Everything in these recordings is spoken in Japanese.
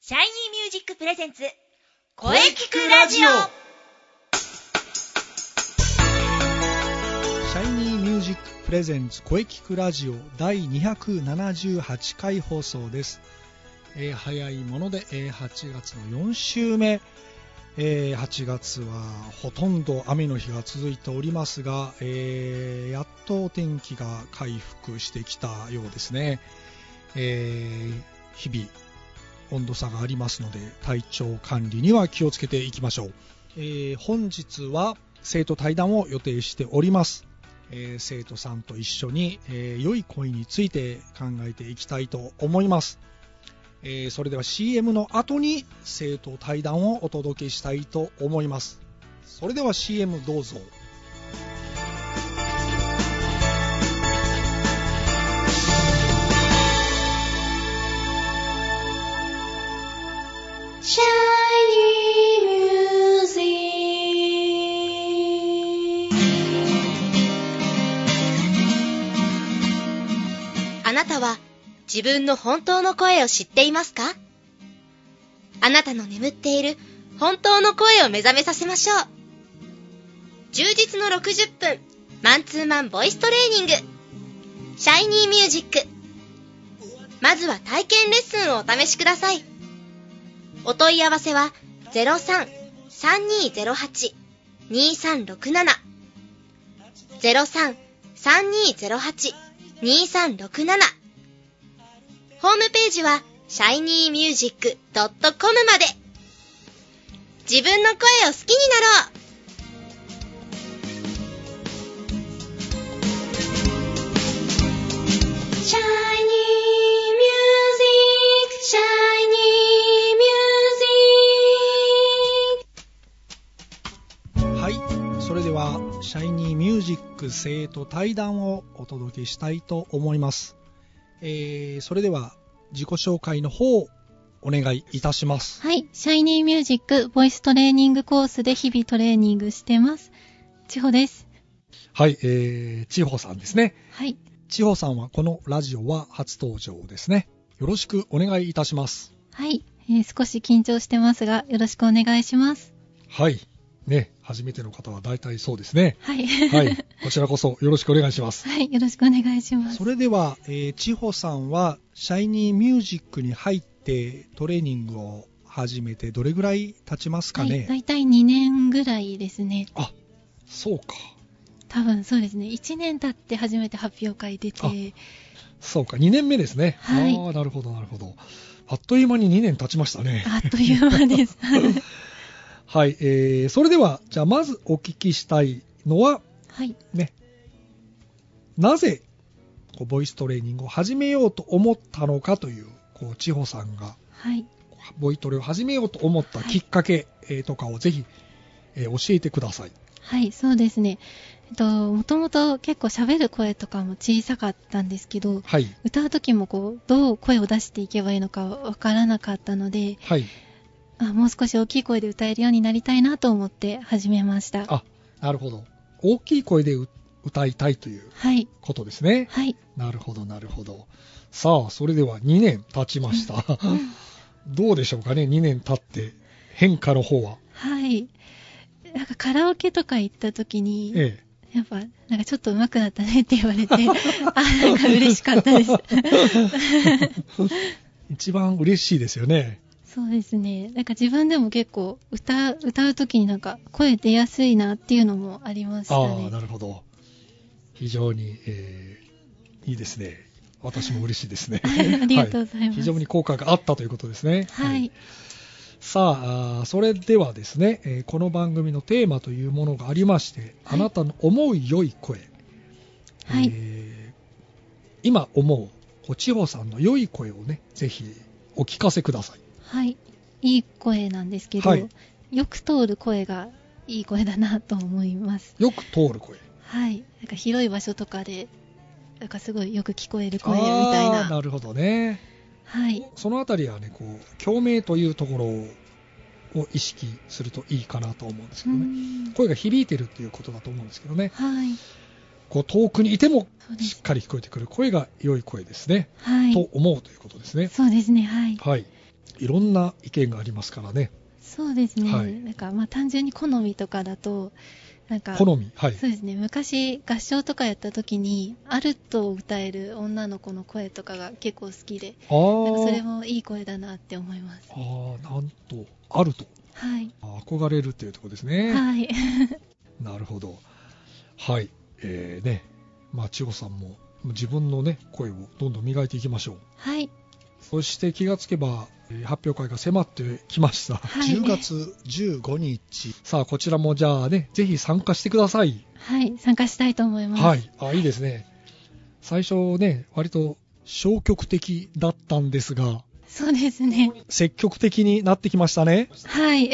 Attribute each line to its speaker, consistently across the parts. Speaker 1: シャイニーミュージックプレゼンツ
Speaker 2: 声聞くラジオ
Speaker 3: シャイニーミュージックプレゼンツ声聞くラジオ第278回放送です、えー早いもので、えー8月の4週目、えー8月はほとんど雨の日が続いておりますが、えーやっとお天気が回復してきたようですね、えー日々温度差がありますので体調管理には気をつけていきましょう、えー本日は生徒対談を予定しておりますえー生徒さんと一緒に、えー良い恋について考えていきたいと思います、えーそれでは CM の後に生徒対談をお届けしたいと思いますそれでは CM どうぞ
Speaker 1: シャイニーミュージックあなたは自分の本当の声を知っていますかあなたの眠っている本当の声を目覚めさせましょう。充実の60分、マンツーマンボイストレーニング。シャイニーミュージック。まずは体験レッスンをお試しください。お問い合わせは03-3208-2367 03-3208-2367ホームページは shinymusic.com まで自分の声を好きになろうシャイニーミュージック、シャイニーミュージック。
Speaker 3: はいそれではシャイニーミュージック生徒対談をお届けしたいと思います、えーそれでは自己紹介の方をお願いいたします
Speaker 4: はい。シャイニーミュージック、ボイストレーニングコースで日々トレーニングしてます。千穂です。
Speaker 3: はい、えー、千穂さんですね
Speaker 4: はい。
Speaker 3: 千穂さんはこのラジオは初登場ですね。よろしくお願いいたします。
Speaker 4: はい。えー少し緊張してますが、よろしくお願いします。
Speaker 3: はい。ね、初めての方は大体そうですね。
Speaker 4: はい。
Speaker 3: は。
Speaker 4: はい
Speaker 3: こちらこそよろしくお願いします。
Speaker 4: い。よろしくお願いします
Speaker 3: そ。れでは、えー、千穂さんは、シャイニーミュージックに入ってトレーニングを始めてどれぐらい経ちますか
Speaker 4: はい。
Speaker 3: ね、
Speaker 4: 大体2年ぐらいですね。
Speaker 3: あ、そうか。
Speaker 4: 多分そうですね。1年経って初めて発表会出て、
Speaker 3: あそうか。2年目ですね。
Speaker 4: はい
Speaker 3: ああ、なるほど、なるほど。あっという間に2年経ちましたね。
Speaker 4: あっという間 です。
Speaker 3: はい。えー、それでは、じゃあまずお聞きしたいのは、
Speaker 4: はい。
Speaker 3: ね、なぜこうボイストレーニングを始めようと思ったのかという、こう千穂さんが
Speaker 4: はい。
Speaker 3: こうボイトレを始めようと思ったきっかけ、えーとかをぜひ、えー教えてください。
Speaker 4: はい、そうですね。えっと、もともと結構喋る声とかも小さかったんですけど、
Speaker 3: はい。
Speaker 4: 歌う時もこうどう声を出していけばいいのかわからなかったので
Speaker 3: はい。
Speaker 4: あもう少し大きい声で歌えるようになりたいなと思って始めました
Speaker 3: あ、なるほど。大きい声でう歌いたいという
Speaker 4: はい
Speaker 3: ことですね。
Speaker 4: はい
Speaker 3: なるほど、なるほど。さあ、それでは2年経ちました。どうでしょうかね、2年経って変化の方は。
Speaker 4: はいなんかカラオケとか行った時に、
Speaker 3: ええ。
Speaker 4: やっぱなんかちょっと上手くなったねって言わ れてあなんか嬉しかったです
Speaker 3: 一番嬉しいですよね。
Speaker 4: そうですねなんか自分でも結構歌歌う時になんか声出やすいなっていうのもありました
Speaker 3: ああ、
Speaker 4: ね
Speaker 3: なるほど。非常に、えーいいですね。私も嬉しいですね。
Speaker 4: ありがとうございます
Speaker 3: は非常に効果があったということですね。
Speaker 4: は
Speaker 3: はい
Speaker 4: い
Speaker 3: さああー、それではですね、えーこの番組のテーマというものがありまして、あ
Speaker 4: はい
Speaker 3: なたの思う良い声、
Speaker 4: はい
Speaker 3: えー今思うこう千穂さんの良い声をね、ぜひお聞かせください。
Speaker 4: はい、いい声なんですけど、
Speaker 3: はい
Speaker 4: よく通る声がいい声だなと思います。
Speaker 3: よく通る声。
Speaker 4: はい、なんか広い場所とかで、なんかすごいよく聞こえる声みたい
Speaker 3: あ
Speaker 4: な。
Speaker 3: ーなるほどね。
Speaker 4: はい、
Speaker 3: そのあたりはね、こう、共鳴というところを意識するといいかなと思うんですけ
Speaker 4: う
Speaker 3: どね。
Speaker 4: ん
Speaker 3: 声が響いてるっていうことだと思うんですけどね。
Speaker 4: はい、
Speaker 3: こう、遠くにいても
Speaker 4: そうで
Speaker 3: しっ
Speaker 4: す。
Speaker 3: かり聞こえてくる声が良い声ですね。
Speaker 4: は
Speaker 3: と
Speaker 4: い、
Speaker 3: 思うということですね。
Speaker 4: そうですね。はい、
Speaker 3: はい。いろんな意見がありますからね
Speaker 4: そうですね、
Speaker 3: はい
Speaker 4: なんかまあ単純に好みとかだとなんか
Speaker 3: 好みはい
Speaker 4: そうですね昔合唱とかやった時にアルトを歌える女の子の声とかが結構好きで
Speaker 3: あ
Speaker 4: なんかそれ
Speaker 3: ー
Speaker 4: もいい声だなって思います
Speaker 3: あーなんとあると
Speaker 4: はい、
Speaker 3: あ憧れるっていうところですね、
Speaker 4: はい
Speaker 3: なるほどはいえー、ねまあ千穂さんも自分のね声をどんどん磨いていきましょう
Speaker 4: はい
Speaker 3: そして気がつけばえー発表会が迫ってきました、
Speaker 4: はい
Speaker 3: 10月15日さあこちらもじゃあねぜひ参加してください
Speaker 4: はい参加したいと思います
Speaker 3: はい、あいいですね。最初ね、割と消極的だったんですが、
Speaker 4: そうですね
Speaker 3: 積極的になってきましたね。
Speaker 4: はい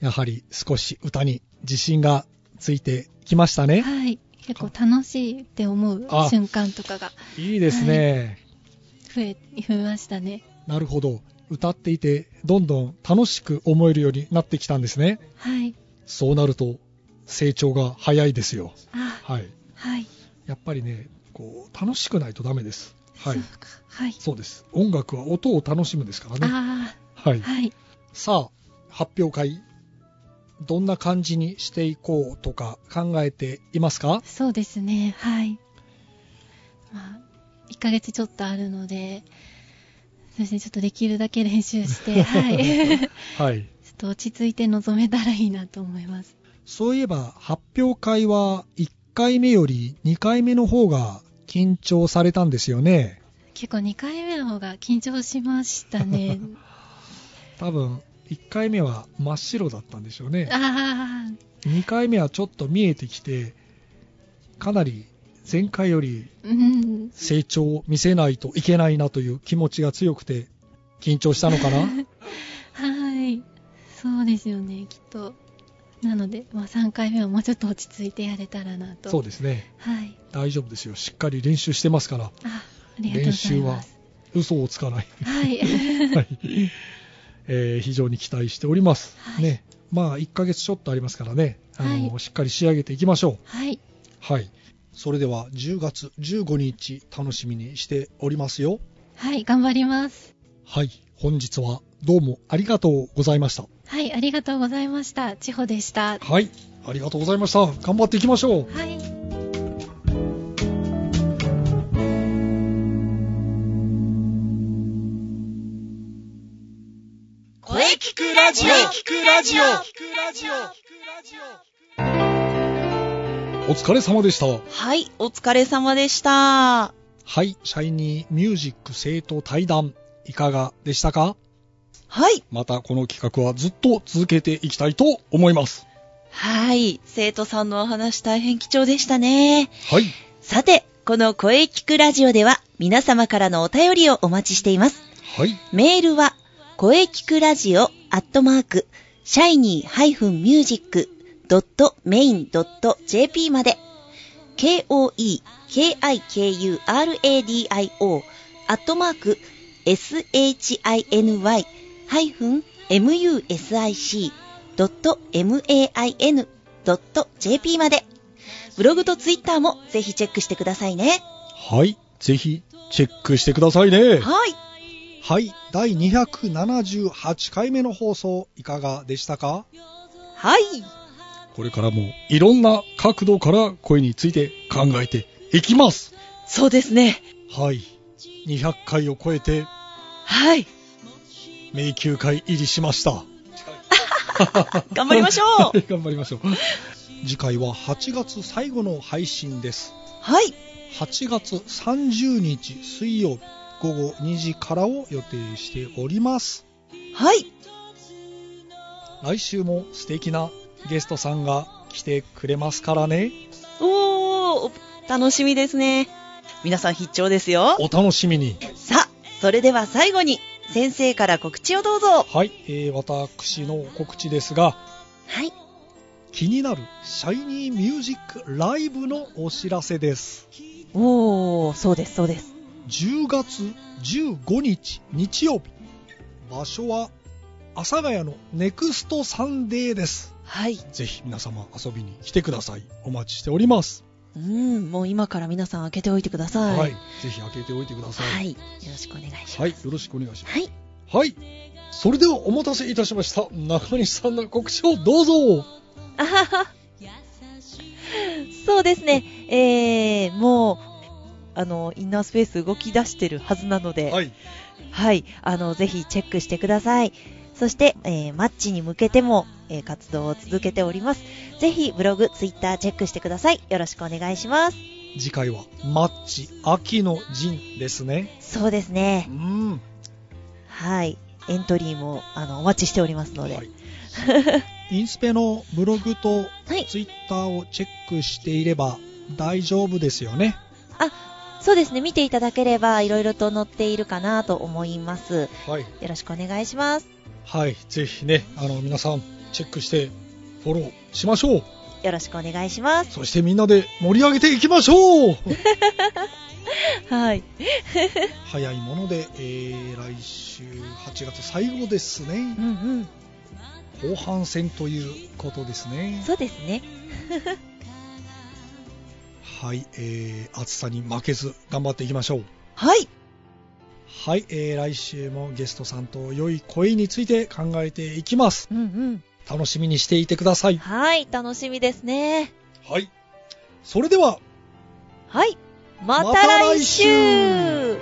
Speaker 3: やはり少し歌に自信がついてきましたね。
Speaker 4: はい結構楽しいって思う
Speaker 3: あ
Speaker 4: 瞬間とかが
Speaker 3: いいですね。
Speaker 4: 増え増えましたね
Speaker 3: なるほど。歌っていて、どんどん楽しく思えるようになってきたんですね。
Speaker 4: はい
Speaker 3: そうなると、成長が早いですよ。
Speaker 4: あ
Speaker 3: はい。
Speaker 4: はい
Speaker 3: やっぱりね、こう、楽しくないとダメです。はい
Speaker 4: そう。かはい
Speaker 3: そうです。音楽は音を楽しむですからね。
Speaker 4: あ
Speaker 3: はい
Speaker 4: あ。はい
Speaker 3: さあ、発表会、どんな感じにしていこうとか考えていますか
Speaker 4: そうですね、はい。まあ、1ヶ月ちょっとあるので、そうですね、ちょっとできるだけ練習し て、はい。 ちょっ
Speaker 3: はい。
Speaker 4: と落ち着いて臨めたらいいなと思います。
Speaker 3: そういえば、発表会は1回目より2回目の方が緊張されたんですよね。
Speaker 4: 結構2回目の方が緊張しました ね。
Speaker 3: 多分、1回目は真っ白だったんでしょうね。
Speaker 4: あ
Speaker 3: 2回目はちょっと見えてきて、かなり前回より
Speaker 4: あ、うん。
Speaker 3: 成長を見せないといけないなという気持ちが強くて、緊張したの かな
Speaker 4: はい。そうですよね、きっと。なので、まあ、3回目はもうちょっと落ち着いてやれたらなと。
Speaker 3: そうですね。
Speaker 4: はい。
Speaker 3: 大丈夫ですよしっかり練習してますから
Speaker 4: あ、ありがとうございます。
Speaker 3: 嘘をつかない、
Speaker 4: はい。
Speaker 3: はいえー非常に期待しております、
Speaker 4: はい
Speaker 3: ねまあ1ヶ月ちょっとありますからねあの、
Speaker 4: はい
Speaker 3: しっかり仕上げていきましょう
Speaker 4: はい。
Speaker 3: はいそれでは10月15日楽しみにしておりますよ
Speaker 4: はい、頑張ります。
Speaker 3: はい本日はどうもありがとうございました
Speaker 4: はい、ありがとうございました。千穂で した。は
Speaker 3: はいありがとうございました頑張っていきましょう
Speaker 4: い。
Speaker 2: 声聞くラジオ声聞くラジオ
Speaker 3: お疲れ様でした
Speaker 5: はい、お疲れ様でした。
Speaker 3: はいシャイニーミュージック生徒対談いかがでしたか
Speaker 5: はい。
Speaker 3: またこの企画はずっと続けていきたいと思います。
Speaker 5: はい、生徒さんのお話大変貴重でしたね。
Speaker 3: はい。
Speaker 5: さて、この声聞くラジオでは皆様からのお便りをお待ちしています。
Speaker 3: はい。
Speaker 5: メールは、声聞くラジオアットマーク、シャイニー -music.main.jp まで、k-o-e-k-i-k-u-r-a-d-i-o アットマーク、shiny-music.main.jp まで、ブログとツイッターもぜひチェックしてくださいね。
Speaker 3: はい。ぜひ、チェックしてくださいね。
Speaker 5: はい。
Speaker 3: はい。第278回目の放送、いかがでしたか
Speaker 5: はい。
Speaker 3: これからも、いろんな角度から声について考えていきます。
Speaker 5: そうですね。
Speaker 3: はい。200回を超えて、
Speaker 5: はい。
Speaker 3: 迷宮会入りしました。。
Speaker 5: 頑張りましょう
Speaker 3: 頑張りましょう。次回は8月最後の配信です。
Speaker 5: はい。
Speaker 3: 8月30日水曜日午後2時からを予定しております
Speaker 5: はい。
Speaker 3: 来週も素敵なゲストさんが来てくれますからね
Speaker 5: おー、楽しみですね。皆さん必聴ですよ。
Speaker 3: お楽しみに
Speaker 5: さあ、それでは最後に、先生から告知をどうぞ。
Speaker 3: はい、えー私の告知ですが
Speaker 5: はい。
Speaker 3: 気になるシャイニーミュージックライブのお知らせです
Speaker 5: おー、そうです、そうです。
Speaker 3: 10月15日日曜日場所は阿佐ヶ谷のネクストサンデーです
Speaker 5: はい。
Speaker 3: ぜひ皆様遊びに来てくださいお待ちしております
Speaker 5: うん、もう今から皆さん開けておいてください。
Speaker 3: はい、ぜひ開けておいてください。
Speaker 5: は。
Speaker 3: はいい、
Speaker 5: よろしくお願いします。
Speaker 3: よろしくお願いします。
Speaker 5: はい。
Speaker 3: はい。それではお待たせいたしました。中西さんの告知をどうぞ。
Speaker 5: あはは。 そうですね。えー、もう、あの、インナースペース動き出してるはずなので、はい、
Speaker 3: い。
Speaker 5: あの、ぜひチェックしてください。そして、えーマッチに向けても、えー活動を続けております。ぜひ、ブログ、ツイッターチェックしてください。よろしくお願いします。
Speaker 3: 次回は、マッチ、秋の陣ですね。
Speaker 5: そうです
Speaker 3: う
Speaker 5: ね。
Speaker 3: ん。
Speaker 5: はい。エントリーも、あの、お待ちしておりますので。
Speaker 3: はいインスペのブログと
Speaker 5: はい
Speaker 3: ツイッターをチェックしていれば大丈夫ですよね。
Speaker 5: そうですね。見ていただければ、いろいろと載っているかなと思います。
Speaker 3: はい。
Speaker 5: よろしくお願いします。
Speaker 3: はい。ぜひね、あの、皆さん、チェックして、フォローしましょう。
Speaker 5: よろしくお願いします。
Speaker 3: そしてみんなで盛り上げていきましょ う
Speaker 5: はい。
Speaker 3: 早いもので、えー来週8月最後ですね
Speaker 5: う。んうん。
Speaker 3: 後半戦ということですね。
Speaker 5: そうですね。
Speaker 3: はい。えー、暑さに負けず頑張っていきましょう。
Speaker 5: はい。
Speaker 3: はい、えー来週もゲストさんと良い恋について考えていきます。
Speaker 5: うん
Speaker 3: 楽しみにしていてくださ
Speaker 5: うん。
Speaker 3: い。
Speaker 5: はい。楽しみですね。
Speaker 3: はい。それでは、
Speaker 5: はい。また来週